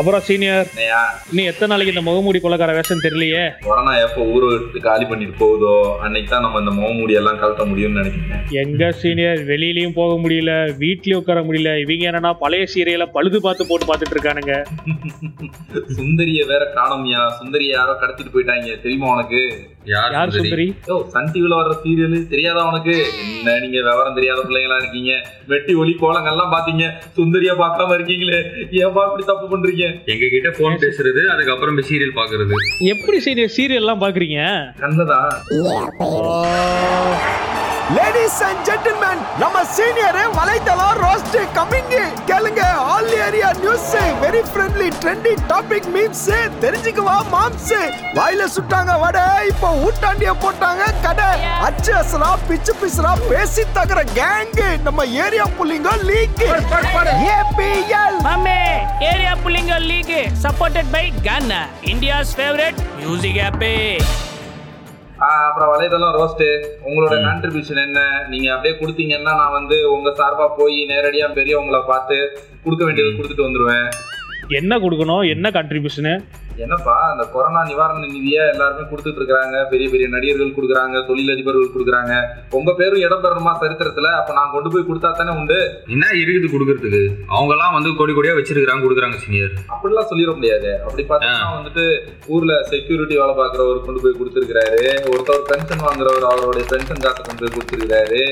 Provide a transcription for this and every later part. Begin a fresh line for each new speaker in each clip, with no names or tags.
அப்புறம் சீனியர்
என்னையா
நீ எத்தனை நாளைக்கு இந்த முகமூடி கொலக்கார வேஷம் தெரியலையே
கொரோனா எப்போ ஊரை விட்டு காலி பண்ணிட்டு போகுதோ அன்னைக்கு தான் நம்ம இந்த முகமூடி எல்லாம் கழட்ட முடியும்னு நினைக்கிறேன்
எங்க சீனியர் வெளியிலயும் போக முடியல வீட்லயும் உட்கார முடியல இவங்க என்னன்னா பழைய சீரியலை பழுது பார்த்து போட்டு பார்த்துட்டு இருக்கானுங்க
சுந்தரிய வேற காணோம்யா சுந்தரிய யாரோ கடத்திட்டு போயிட்டாங்க தெரியுமா உனக்கு
யார் சுந்தரி
யோ சன் டிவில வர்ற சீரியல் தெரியாதா உனக்கு என்ன நீங்க விவரம் தெரியாத பிள்ளைங்களா இருக்கீங்க வெட்டி ஒலி கோலங்கள்லாம் பாத்தீங்க சுந்தரியா பார்க்காம இருக்கீங்களே ஏன்பா இப்படி தப்பு பண்றீங்க
எங்க கிட்ட போன் பேசுறது அதுக்கப்புறம் சீரியல் பாக்குறது
எப்படி சீனியர் சீரியல்லாம் பாக்குறீங்க
கண்ணதா
லேடிஸ் அண்ட் ஜென்டில்மேன் நம்ம சீனியர் வலைத்தளம் ரோஸ்ட் கம்மிங் கேளுங்க all area news very friendly trendy topic memes தெரிஞ்சுக்குவா மாம்ஸ் வாயில சுட்டாங்க வடை இப்போ ஊட்டாண்டிய போட்டாங்க கடை அச்சு அசலா பிச்சு பிசுரா பேசி தகர கேங் நம்ம ஏரியா புள்ளிங்க லீக் ஏபிஎல்
மம்மே ஏரியா புள்ளிங்க league supported by Gaana India's favourite music ஆப்பே
ஆஹ் அப்புறம் வலைதளம் ரோஸ்ட் உங்களோட கான்ட்ரிபியூஷன் என்ன நீங்க அப்படியே கொடுத்தீங்கன்னா நான் வந்து உங்க சார்பா போய் நேரடியா பெரியவங்கள பார்த்து கொடுக்க வேண்டியது கொடுத்துட்டு வந்துருவேன்
என்ன கொடுக்கணும் என்ன கான்ட்ரிபியூஷனு
என்னப்பா அந்த கொரோனா நிவாரண நிதியை எல்லாருமே கொடுத்துட்டு இருக்காங்க பெரிய பெரிய நடிகர்கள் கொடுக்குறாங்க தொழிலதிபர்கள் கொடுக்குறாங்க உங்க பேரும் இடம் பெறணுமா சரித்திரத்துல அப்ப நான் கொண்டு போய் கொடுத்தா தானே உண்டு
என்ன இருக்குது குடுக்கறதுக்கு அவங்க எல்லாம் வந்து கோடி கோடியா வச்சிருக்காங்க குடுக்குறாங்க சீனியர்
அப்படிலாம் சொல்லிட முடியாது அப்படி பார்த்தீங்கன்னா வந்துட்டு ஊர்ல செக்யூரிட்டி வேலை பார்க்குறவர் கொண்டு போய் கொடுத்துருக்காரு ஒருத்தர் பென்ஷன் வாங்குறவர் அவருடைய பென்ஷன் காசை கொண்டு போய் கொடுத்துருக்காரு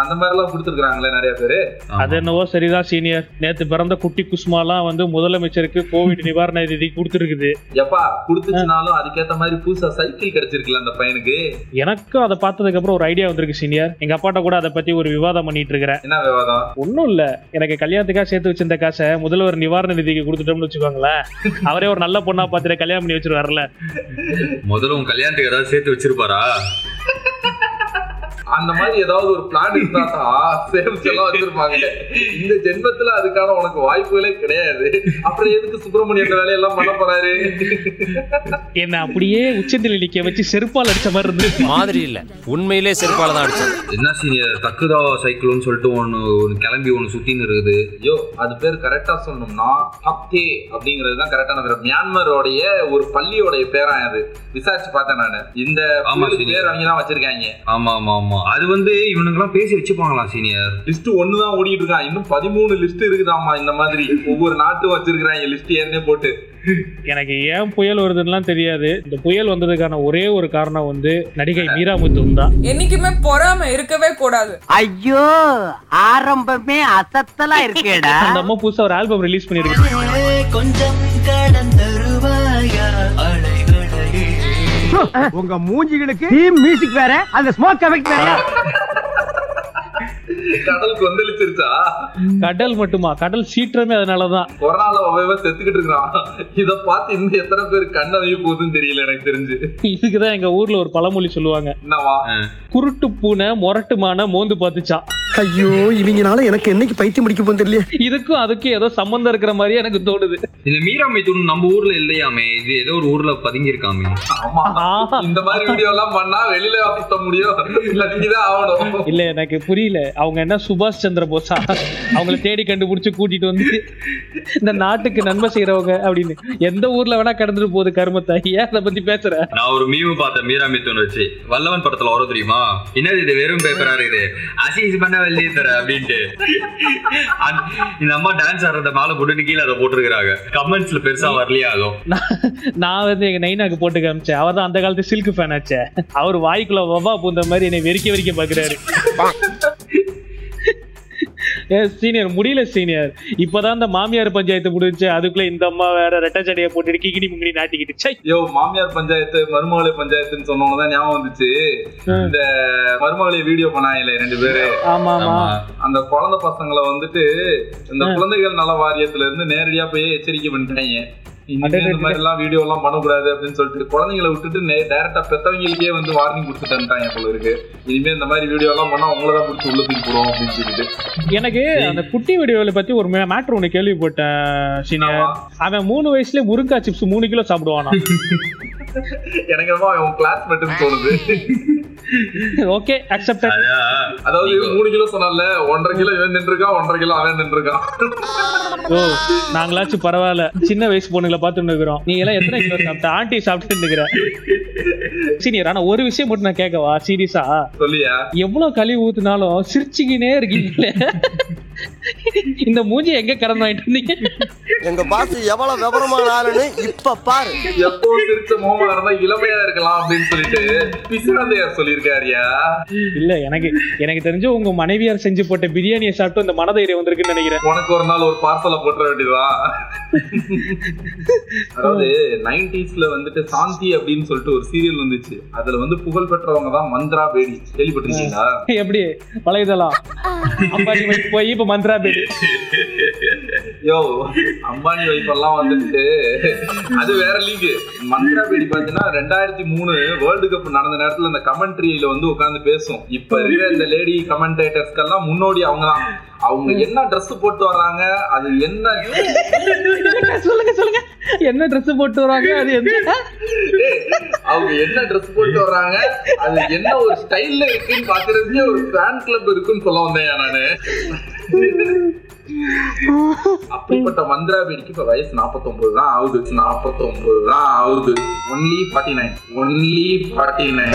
அந்த மாதிரி எல்லாம் கொடுத்துருக்காங்களே நிறைய பேரு
அது என்னவோ சரிதான் சீனியர் நேத்து பிறந்த குட்டி குஸ்மாலாம் வந்து முதலமைச்சருக்கு கோவிட் நிவாரண நிதி கொடுத்துருக்குது
எப்பா குடுத்துச்சுனாலும் அதுக்கேத்த மாதிரி புதுசா சைக்கிள் கிடைச்சிருக்குல்ல அந்த பையனுக்கு
எனக்கும் அதை பார்த்ததுக்கு அப்புறம் ஒரு ஐடியா வந்திருக்கு சீனியர் எங்க அப்பாட்ட கூட அதை பத்தி ஒரு விவாதம் பண்ணிட்டு இருக்கிறேன்
என்ன விவாதம்
ஒன்றும் இல்ல எனக்கு கல்யாணத்துக்காக சேர்த்து வச்சிருந்த காசை முதல்வர் நிவாரண நிதிக்கு கொடுத்துட்டோம்னு வச்சுக்கோங்களேன் அவரே ஒரு நல்ல பொண்ணா பார்த்துட்டு கல்யாணம் பண்ணி வச்சிருவாருல்ல
முதல்ல உன் கல்யாணத்துக்கு ஏதாவது சேர்த்து வச்சிருப்பாரா
அந்த மாதிரி ஏதாவது ஒரு பிளான் இருந்தா சேமிச்சு எல்லாம் வச்சிருப்பாங்க இந்த ஜென்மத்துல அதுக்கான உனக்கு வாய்ப்புகளே கிடையாது அப்புறம் எதுக்கு சுப்பிரமணியன் வேலையெல்லாம் பண்ண போறாரு
என்ன அப்படியே உச்சத்தில் நிக்க வச்சு செருப்பால் அடிச்ச மாதிரி இருந்துச்சு
மாதிரி இல்ல உண்மையிலே செருப்பால தான் அடிச்சது
என்ன சீனியர் தக்குதா சைக்கிள்னு சொல்லிட்டு ஒன்னு ஒன்னு கிளம்பி ஒன்னு சுத்தின்னு இருக்குது
ஐயோ அது பேர் கரெக்டா சொல்லணும்னா ஹப்தே அப்படிங்கிறது தான் கரெக்டான பேர் மியான்மருடைய ஒரு பள்ளியோடைய பேரா அது விசாரிச்சு பார்த்தேன் நானு இந்த
ஆமா,
புள்ளிக்கு
சரி.
பேர் அவங்க தான் வச்சிருக்காங்க
ஆமா ஆமா ஆமா அது வந்து இவனுங்க எல்லாம் பேசி வச்சுப்பாங்களாம் சீனியர்
லிஸ்ட் ஒன்னு தான் ஓடிட்டு இருக்கான் இன்னும் பதிமூணு லிஸ்ட் இருக்குதாம்மா இந்த மாதிரி ஒவ்வொரு நாட்டும் வச்சிருக்கிறாங்க லிஸ்ட் ஏற்கனவே போட்டு
எனக்கு ஏன் புயல் வருதுன்னுலாம் தெரியாது இந்த புயல் வந்ததுக்கான ஒரே ஒரு காரணம் வந்து நடிகை மீரா முத்தும் தான்
என்னைக்குமே பொறாமை இருக்கவே கூடாது
ஐயோ ஆரம்பமே அசத்தலா இருக்கேடா
அந்த அம்மா புதுசா ஒரு ஆல்பம் ரிலீஸ் பண்ணிருக்கு
கொஞ்சம் கடன் தருவாயா அலைகளை
உங்க மூஞ்சிகளுக்கு டீம் மியூசிக் வேற அந்த ஸ்மோக் எஃபெக்ட் வேற
கடல் கொந்தளிச்சிருச்சா
கடல் மட்டுமா கடல் சீற்றமே அதனாலதான்
கொரோனால அவன் செத்துக்கிட்டு இருக்கான் இத பார்த்து இன்னும் எத்தனை பேர் கண்ணவைய போகுதுன்னு தெரியல எனக்கு தெரிஞ்சு
இதுக்குதான் எங்க ஊர்ல ஒரு பழமொழி சொல்லுவாங்க
என்னவா
குருட்டு பூனை முரட்டு மானை மோந்து பார்த்துச்சான்
ஐயோ இவங்கனால எனக்கு என்னைக்கு பைத்தியம் முடிக்க போகுது தெரியல
இதுக்கும் அதுக்கும் ஏதோ சம்பந்தம் இருக்கிற மாதிரியே எனக்கு தோணுது
இந்த மீராமை தூண் நம்ம ஊர்ல இல்லையாமே இது ஏதோ ஒரு ஊர்ல பதுங்கி இருக்காமே
ஆமா
ஆஹா.
இந்த மாதிரி வீடியோ எல்லாம் பண்ணா வெளியில சுத்த முடியும் இல்ல நீங்கதான் ஆகணும்
இல்ல எனக்கு புரியல அவங்க என்ன சுபாஷ் சந்திர போஸா அவங்கள தேடி கண்டுபிடிச்சு கூட்டிட்டு வந்து இந்த நாட்டுக்கு நன்மை செய்யறவங்க அப்படின்னு எந்த ஊர்ல வேணா கடந்துட்டு போகுது கருமத்தை ஏன் அதை பத்தி பேசுற
நான் ஒரு மீம் பார்த்தேன் மீராமை தூண் வச்சு வல்லவன் படத்துல வரும் தெரியுமா என்னது இது வெறும் பேப்பரா இருக்குது அசீஸ் பண்ண வெளியே தர அப்படின்ட்டு அந்த- இந்த அம்மா டான்ஸ் ஆடுறத மேல போட்டுட்டு கீழே அதை போட்டிருக்கிறாங்க கமெண்ட்ஸ்ல பெருசா வரலையே ஆகும்
நான் நான் வந்து எங்க நைனாக்கு போட்டு காமிச்சேன் அவர் தான் அந்த காலத்து சில்க் ஃபேன் ஆச்சே அவர் வாய்க்குள்ள வவ்வா பூந்த மாதிரி என்னை வெறிக்க வெறிக்க பாக்குறாரு ஏ சீனியர் முடியல சீனியர் இப்பதான் இந்த மாமியார் பஞ்சாயத்து முடிஞ்சு அதுக்குள்ள இந்த அம்மா வேற ரெட்டை சடையை போட்டுட்டு கிகினி முங்கினி நாட்டிக்கிட்டு ச்சை.
யோ மாமியார் பஞ்சாயத்து மருமகளை பஞ்சாயத்துன்னு சொன்னோம்னதான் ஞாபகம் வந்துச்சு இந்த மருமகளை வீடியோ பண்ணாங்களே ரெண்டு பேரு
ஆமா ஆமா
ஆமா.
அந்த குழந்தை பசங்களை வந்துட்டு இந்த குழந்தைகள் நல வாரியத்துல இருந்து நேரடியா போய் எச்சரிக்கை பண்ணிட்டாங்க இனிமே இந்த மாதிரி எல்லாம் வீடியோ எல்லாம் பண்ணக்கூடாது அப்படின்னு சொல்லிட்டு குழந்தைங்களை விட்டுட்டு நே- டைரக்டா பெத்தவங்களுக்கே வந்து வார்னிங் கொடுத்துட்டு வந்துட்டாங்க போல இருக்கு இனிமே இந்த மாதிரி வீடியோ எல்லாம் பண்ணா உங்களை தான் பிடிச்சி உள்ள தூக்கி போடுவோம் அப்படின்னு சொல்லிட்டு
எனக்கு அந்த குட்டி வீடியோல பத்தி ஒரு மேட்ரு ஒண்ணு கேள்விப்பட்டேன் சீனியர்
ஆமா.
அவன் மூணு வயசுல முருங்கா சிப்ஸ் மூணு கிலோ சாப்பிடுவானா
எனக்கு என்னமோ அவன் கிளாஸ்மேட்டுன்னு தோணுது
ஓகே அக்செப்டட்
அதான்
அதாவது மூணு கிலோ சொன்னால ஒன்றரை கிலோ இவன் நின்றுருக்கான் ஒன்றரை கிலோ அவன் நின்றுருக்கான்
ஓ நாங்களாச்சும் பரவாயில்ல சின்ன வயசு பொண்ணுங்களை பார்த்துட்டு இருக்கிறோம் நீ எல்லாம் எத்தனை கிலோ சாப்பிட்ட ஆண்டி சாப்பிட்டு இருக்கிற சீனியர் ஆனா ஒரு விஷயம் மட்டும் நான் கேட்கவா சீரியஸா
சொல்லியா
எவ்வளவு கழிவு ஊத்துனாலும் சிரிச்சுக்கினே இருக்கீங்களே இந்த மூஞ்சி எங்க கறந்து வாங்கிட்டு இருந்தீங்க
எங்க பாஸ் எவ்வளவு விவரமான ஆளுன்னு இப்ப பாரு
எப்பவும் சிரிச்ச மோமா இருந்தா இளமையா இருக்கலாம் அப்படின்னு சொல்லிட்டு பிசுராந்தையார் சொல்லியிருக்காருயா
இல்ல எனக்கு எனக்கு தெரிஞ்சு உங்க மனைவியார் செஞ்சு போட்ட பிரியாணியை சாப்பிட்டு இந்த மனதைரியம் வந்திருக்குன்னு நினைக்கிறேன்
உனக்கு ஒரு நாள் ஒரு பார்சல போட்டுற வேண்டியதா அதாவது நைன்டிஸ்ல வந்துட்டு சாந்தி அப்படின்னு சொல்லிட்டு ஒரு சீரியல் வந்துச்சு அதுல வந்து புகழ் பெற்றவங்க தான் மந்த்ரா பேடி கேள்விப்பட்டிருக்கீங்களா
எப்படி வளையதெல்லாம் அம்பாஜி வயித்து போய் இப்ப மந்த்ரா பேடி
யோ அம்பானி வைப்பெல்லாம் வந்துட்டு அது வேற லீக் மந்த்ரா பேடி பாத்தீங்கன்னா ரெண்டாயிரத்தி மூணு வேர்ல்டு கப் நடந்த நேரத்துல அந்த கமெண்ட்ரியில வந்து உட்கார்ந்து பேசும் இப்ப இருக்கிற இந்த லேடி கமெண்டேட்டர்ஸ்க்கெல்லாம் முன்னோடி அவங்க தான் அவங்க என்ன ட்ரெஸ் போட்டு வர்றாங்க அது என்ன
சொல்லுங்க சொல்லுங்க என்ன ட்ரெஸ் போட்டு வராங்க அது எந்த
ஏய், அவங்க என்ன ட்ரெஸ் போட்டு வர்றாங்க அது என்ன ஒரு ஸ்டைல்ல இருக்குன்னு பாக்குறதுக்கே ஒரு ஃபேன் கிளப் இருக்குன்னு சொல்ல வந்தேன் நானு அப்படிப்பட்ட மந்திரா பேடிக்கு இப்ப வயசு 49 தான் ஆகுது 49 தான் ஆகுது only forty nine only forty nine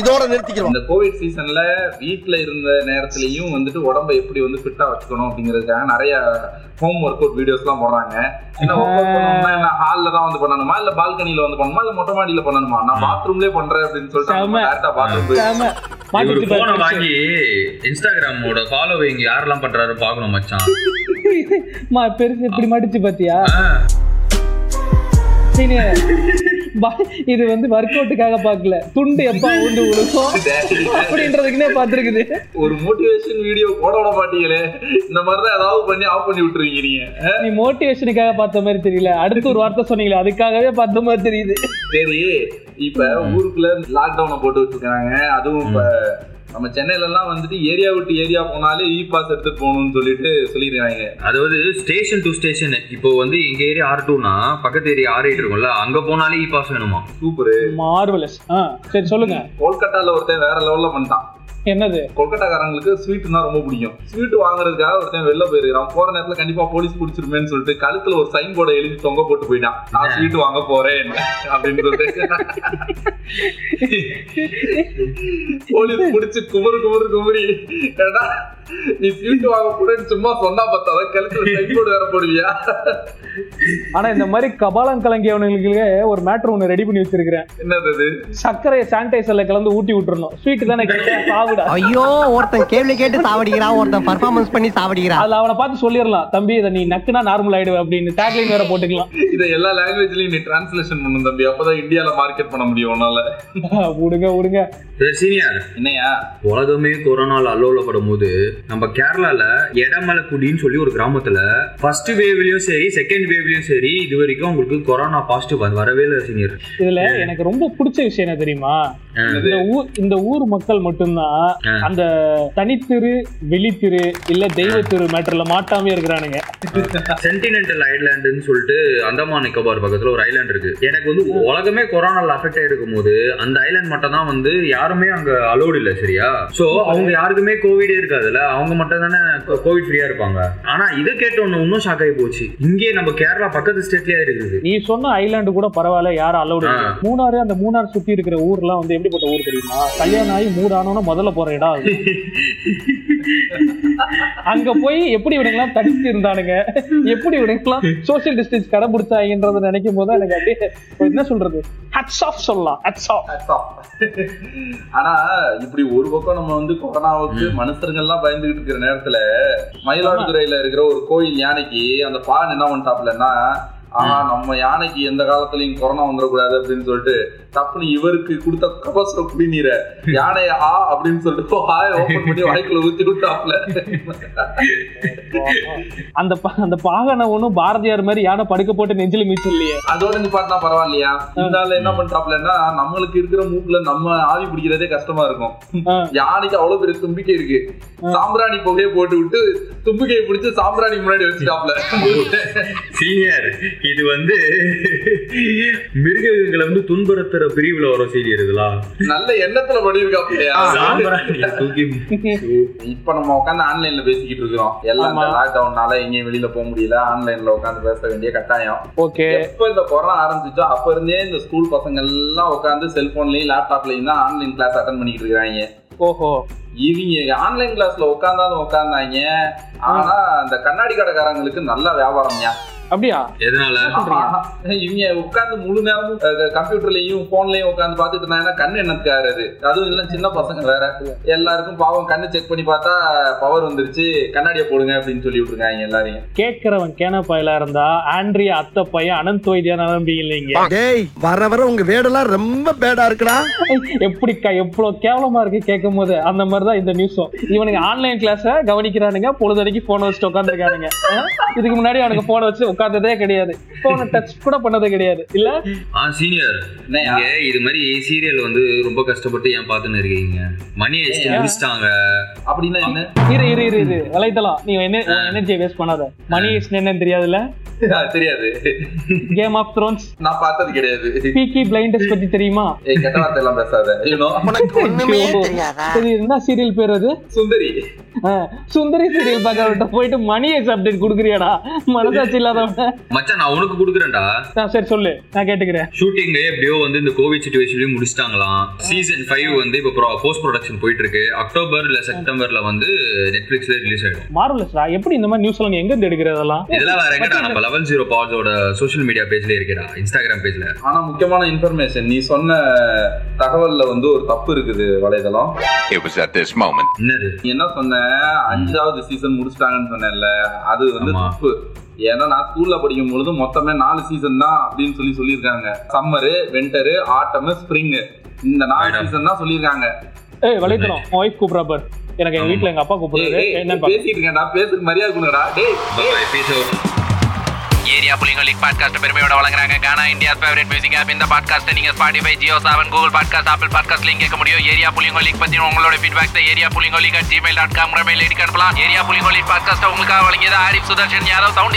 இதோட நிறுத்திக்கிறோம்
இந்த கோவிட் சீசன்ல வீட்ல இருந்த நேரத்துலயும் வந்துட்டு உடம்ப எப்படி வந்து ஃபிட்டா வச்சுக்கணும் அப்படிங்கிறதுக்காக நிறைய ஹோம் ஒர்க் அவுட் வீடியோஸ் எல்லாம் போடுறாங்க என்ன ஒர்க் பண்ணணும்னா என்ன ஹால்ல தான் வந்து பண்ணணுமா இல்ல பால்கனில வந்து பண்ணணுமா இல்ல மொட்டை மாடியில பண்ணணுமா நான் பாத்ரூம்லயே பண்றேன் அப்படின்னு
செம.
சொல்லிட்டு டேரக்டா பாத்ரூம் போய்
இவரு போனை வாங்கி
மாட்டி
இன்ஸ்டாகிராமோட ஃபாலோவிங் யாரெல்லாம் பண்றாரு பாக்கணும் மச்சான்
மா பெருசு இப்படி மடிச்சு பாத்தியா
ஆ.
சீனு, பா- இது வந்து ஒர்க் அவுட்டுக்காக பார்க்கல துண்டு எப்ப உண்டு உழுக்கும் அப்படின்றதுக்குன்னே பார்த்திருக்குது
ஒரு மோட்டிவேஷன் வீடியோ போட விட மாட்டீங்களே இந்த மாதிரிதான் ஏதாவது பண்ணி ஆஃப் பண்ணி விட்டுருவீங்க நீங்க ஆ?
நீ மோட்டிவேஷனுக்காக பார்த்த மாதிரி தெரியல அடுத்து ஒரு வார்த்தை சொன்னீங்களே அதுக்காகவே பார்த்த மாதிரி தெரியுது
சரி இப்ப ஊருக்குள்ள லாக்டவுனை போட்டு வச்சிருக்காங்க அதுவும் இப்ப நம்ம சென்னையில எல்லாம் வந்துட்டு ஏரியா விட்டு ஏரியா போனாலே இ பாஸ் எடுத்துட்டு போகணும்னு சொல்லிட்டு சொல்லிருக்காங்க
அதாவது ஸ்டேஷன் டு ஸ்டேஷன் இப்போ வந்து எங்க ஏரியா ஆர் டூனா பக்கத்து ஏரியா ஆர் எயிட் இருக்கும்ல அங்க போனாலே இ பாஸ் வேணுமா
சூப்பர்
மார்வலஸ் ஆ சரி சொல்லுங்க
கொல்கட்டால ஒருத்தன் வேற லெவல்ல பண்ணிட்டான்
என்னது
கொல்கட்டாக்காரங்களுக்கு ஸ்வீட்னா ரொம்ப பிடிக்கும் ஸ்வீட் வாங்குறதுக்காக ஒருத்தன் வெளில போயிருக்கான் போற நேரத்துல கண்டிப்பா போலீஸ் பிடிச்சிருமேன்னு சொல்லிட்டு கழுத்துல ஒரு சைன் போர்டை எழுதி தொங்க போட்டு போயிட்டான் நான் ஸ்வீட் வாங்க போறேன் அப்படின்னு சொல்லிட்டு போலீஸ் பிடிச்சு குமரு குமரு குமரி ஏடா நீ ஸ்வீட் வாங்க போறேன்னு சும்மா சொன்னா பத்தாத கழுத்துல சைன் போர்டு வேற போடுவியா
ஆனா இந்த மாதிரி கபாலம் கலங்கியவனுங்களுக்கு ஒரு மேட்ரு ஒண்ணு ரெடி பண்ணி வச்சிருக்கிறேன்
என்னது அது
சர்க்கரையை சானிடைசர்ல கலந்து ஊட்டி விட்டுறணும் ஸ்வீட் தானே கேட்டேன் சாவுடா
ஐயோ ஒருத்தன் கேள்வி கேட்டு சாவடிக்கிறான் ஒருத்தன் பர்ஃபார்மன்ஸ் பண்ணி சாவடிக்கிறான்
அதுல அவனை பார்த்து சொல்லிடலாம் தம்பி இதை நீ நக்குனா நார்மல் ஆயிடுவே அப்படின்னு டேக்லைன் வேற போட்டுக்கலாம்
இதை எல்லா லாங்குவேஜ்லயும் நீ டிரான்ஸ்லேஷன் பண்ணும் தம்பி அப்பதான் இந்தியால மார்க்கெட் பண்ண முடியும் உன்னால
விடுங்க விடுங்க
சீனியர்
என்னையா
உலகமே கொரோனால அல்லோலப்படும் போது நம்ம கேரளால எடமலக்குடின்னு சொல்லி ஒரு கிராமத்துல ஃபர்ஸ்ட் வேவ்லயும் சரி செகண்ட் வேவ்லயும் சரி இது வரைக்கும் உங்களுக்கு கொரோனா பாசிட்டிவ் வரவே இல்லை சீனியர்
இதுல எனக்கு ரொம்ப பிடிச்ச விஷயம் என்ன தெரியுமா
ஆ.
இந்த ஊர் இந்த ஊர் மக்கள் மட்டும்தான்
ஆ.
அந்த தனித்திரு வெளித்திரு இல்ல தெய்வ திரு மேட்டர்ல மாட்டாமே இருக்கிறானுங்க
சென்டினென்டல் ஐலாண்டுன்னு சொல்லிட்டு அந்தமான் நிக்கோபார் பக்கத்துல ஒரு ஐலாண்ட் இருக்கு எனக்கு வந்து உலகமே கொரோனால அஃபெக்ட் ஆயிருக்கும் போது அந்த ஐலாண்ட் மட்டும் தான் வந்து யாருமே அங்க அலோடு இல்ல சரியா சோ அவங்க யாருக்குமே கோவிடே இருக்காதுல்ல அவங்க மட்டும் தானே கோவிட் ஃப்ரீயா இருப்பாங்க ஆனா இதை கேட்ட ஒண்ணு இன்னும் ஷாக் ஆகி போச்சு இங்கே நம்ம கேரளா பக்கத்து ஸ்டேட்லயே இருக்குது
நீ சொன்ன ஐலாண்டு கூட பரவாயில்ல யாரும் அலௌடு மூணாறு அந்த மூணார் சுத்தி இருக்கிற ஊர்லாம் வந்து எப்படிப்பட்ட ஊர் தெரியுமா கல்யாணம் ஆகி மூணு ஆனோன்னா முதல்ல போற இடம் அது. அங்க போய் எப்படி இவனுங்கெல்லாம் தடிச்சு இருந்தானுங்க எப்படி இவனுங்கெல்லாம் சோசியல் டிஸ்டன்ஸ் கடைபிடிச்சாங்கன்றத நினைக்கும் போது எனக்கு அப்படியே என்ன சொல்றது ஹட்ஸ் ஆஃப் சொல்லலாம் ஹட்ஸ் ஆஃப்
ஆனா இப்படி ஒரு பக்கம் நம்ம வந்து கொரோனாவுக்கு மனுஷருங்க எல்லாம் பயந்துகிட்டு இருக்கிற நேரத்துல மயிலாடுதுறையில இருக்கிற ஒரு கோயில் யானைக்கு அந்த பான் என்ன பண்ணிட்டாப்லன்னா ஆனா நம்ம யானைக்கு எந்த காலத்துலயும் கொரோனா வந்துடக்கூடாது அப்படின்னு சொல்லிட்டு டப்புன்னு இவருக்கு கொடுத்த கபசுர குடிநீரை யானைய ஆ அப்படின்னு சொல்லிட்டு ஆய ஓப்பன் பண்ணி வாய்க்குள்ள ஊத்தி விட்டாப்ல
அந்த ப- அந்த பாகன ஒண்ணும் பாரதியார் மாதிரி யானை படுக்க போட்டு நெஞ்சில மீச்சு இல்லையே
அதோட நீ பாட்டினா பரவாயில்லையா இதனால என்ன பண்றாப்லன்னா நம்மளுக்கு இருக்கிற மூக்குல நம்ம ஆவி பிடிக்கிறதே கஷ்டமா இருக்கும்
ஆ,
யானைக்கு அவ்வளவு பெரிய தும்பிக்கை இருக்கு சாம்பிராணி புகையை போட்டு விட்டு தும்பிக்கையை பிடிச்சு சாம்பிராணி முன்னாடி வச்சுட்டாப்ல
சீனியர் இது வந்து மிருகங்களை வந்து துன்புறுத்த ஒருத்தர் பிரிவுல வரும் சீடி இருக்குதா
நல்ல எண்ணத்துல பண்ணிருக்காங்க
தூக்கி
இப்ப நம்ம உட்காந்து ஆன்லைன்ல பேசிக்கிட்டு இருக்கிறோம் எல்லாம் இந்த லாக்டவுன்னால எங்கேயும் வெளியில போக முடியல ஆன்லைன்ல உட்காந்து பேச வேண்டிய கட்டாயம்
ஓகே
எப்ப இந்த கொரோனா ஆரம்பிச்சுச்சோ அப்ப இருந்தே இந்த ஸ்கூல் பசங்க எல்லாம் உட்காந்து செல்போன்லயும் லேப்டாப்லயும் தான் ஆன்லைன் கிளாஸ் அட்டன் பண்ணிட்டு இருக்காங்க
ஓஹோ
இவங்க ஆன்லைன் கிளாஸ்ல உட்காந்தாலும் உட்காந்தாங்க ஆனா அந்த கண்ணாடி கடைக்காரங்களுக்கு நல்ல வியாபாரம்யா
அப்படியா
எதனால
ஆமா. இவங்க உட்கார்ந்து முழு நேரமும் அஹ், கம்ப்யூட்டர்லயும் போன்லயும் உட்கார்ந்து பாத்துட்டு இருந்தாங்கன்னா கண்ணு என்னத்துக்காரு அது அதுவும் எல்லாம் சின்ன பசங்க வேற எல்லாருக்கும் பாவம் கண்ணு செக் பண்ணி பார்த்தா பவர் வந்துருச்சு கண்ணாடியை போடுங்க அப்படின்னு சொல்லி விட்டுருக்காங்க எல்லாரையும்
கேக்குறவன் கேன பயலா இருந்தா ஆண்ட்ரியா அத்தை பையன் அனந்த் வைத்தியா நம்பி இல்லைங்க
டேய் வர வர உங்க வேடெல்லாம் ரொம்ப பேடா இருக்குடா
எப்படிக்கா எவ்வளவு கேவலமா இருக்கு கேட்கும் போது அந்த மாதிரிதான் இந்த நியூஸும் இவனுக்கு ஆன்லைன் கிளாஸ கவனிக்கிறானுங்க பொழுதனைக்கு போன வச்சுட்டு உட்காந்துருக்கானுங்க இதுக்கு முன்னாடி அவனுக்கு போன வச்சு உட்கார்ந்ததே கிடையாது போன டச் கூட பண்ணதே கிடையாது இல்ல
ஆ சீனியர்
என்னய்யா?
நீங்க இது மாதிரி சீரியல் வந்து ரொம்ப கஷ்டப்பட்டு ஏன் பாத்துன்னு இருக்கீங்க மணி ஆயிடுச்சு
ஏன்?
முடிச்சிட்டாங்க
அப்படின்னா என்ன
இரு இரு இரு இரு வலைத்தலாம் நீ என்ன எனர்ஜியை வேஸ்ட் பண்ணாத மணி இஸ் என்னன்னு தெரியாதுல்ல
அஹ், தெரியாது
கேம் ஆஃப் த்ரோன்ஸ்
நான் பார்த்தது கிடையாது
பீக்கி பிளைண்டஸ் பத்தி தெரியுமா
ஏய், கெட்ட வார்த்தை எல்லாம் பேசாத யூனோ
ஐயோ. சரி என்ன சீரியல் பேர் அது
சுந்தரி
ஆ, சுந்தரி சீரியல் பார்க்கறவர்கிட்ட போயிட்டு மணி எஸ் அப்டேட் குடுக்குறியாடா மனசாட்சி இல்லாதவன்
மச்சான் நான் உனக்கு குடுக்குறேன்டா
ஆ, சரி சொல்லு நான் கேட்டுக்கிறேன்
ஷூட்டிங் எப்படியோ வந்து இந்த கோவிட் சுச்சுவேஷன்லயும் முடிச்சிட்டாங்களாம் சீசன் ஃபைவ் வந்து இப்போ போஸ்ட் ப்ரொடக்ஷன் போயிட்டு இருக்கு அக்டோபர் இல்ல செப்டம்பர்ல வந்து நெட்ஃபிளிக்ஸ்ல ரிலீஸ் ஆயிடும்
மார்வலஸ்டா எப்படி இந்த மாதிரி நியூஸ் எல்லாம் நீ எங்க இருந்து எடுக்கிறதெல்லாம்
இதெல்லாம் வேற எங்கடா நம்ம லெவல் ஜீரோ பாட்ஸோட சோஷியல் மீடியா பேஜ்ல இருக்கேடா இன்ஸ்டாகிராம் பேஜ்ல
ஆனா முக்கியமான இன்ஃபர்மேஷன் நீ சொன்ன தகவல்ல வந்து ஒரு தப்பு இருக்குது வலைதளம்
It was at this moment
என்னது
நீ என்ன சொன்ன அஞ்சாவது சீசன் முடிச்சிட்டாங்கன்னு சொன்னேன்ல அது வந்து
ஆமா.
தப்பு ஏன்னா நான் ஸ்கூல்ல படிக்கும் பொழுது மொத்தமே நாலு சீசன் தான் அப்படின்னு சொல்லி சொல்லியிருக்காங்க சம்மரு வின்டரு ஆட்டம் ஸ்ப்ரிங் இந்த நாலு
Madam.
சீசன் தான் சொல்லியிருக்காங்க
ஏய் வலைத்தனம் உன் ஒய்ஃப் கூப்பிடுறா பார் எனக்கு எங்க வீட்ல எங்க அப்பா
ஏய்,
கூப்பிடுறாரு
ஏய்,
என்ன
பேசிட்டு இருக்கேன்டா பேசுக்கு மரியாதை கொடுங்கடா டேய்
பீஸ் அவுட்
ஏரியா புலிங்க லீக் பாட்காஸ்ட் பெருமையோட வழங்குறாங்க Gaana India favourite music app இந்த பாட்காஸ்ட் நீங்க Spotify Jio Saavn Google podcast Apple பாட்காஸ்ட்லையும் கேட்க முடியும் ஏரியா புலிங்க லீக் பத்தி உங்களோட ஃபீட்பேக்ஸ் ஏரியா புலிங்க league at Gmail dot com mail ஐடிக்கு அனுப்பலாம் ஏரியா புலிங்க லீக் பாட்காஸ்ட் உங்களுக்காக வழங்கியது ஆரிஃப் சுதர்ஷன் யாதவ் சவுண்ட்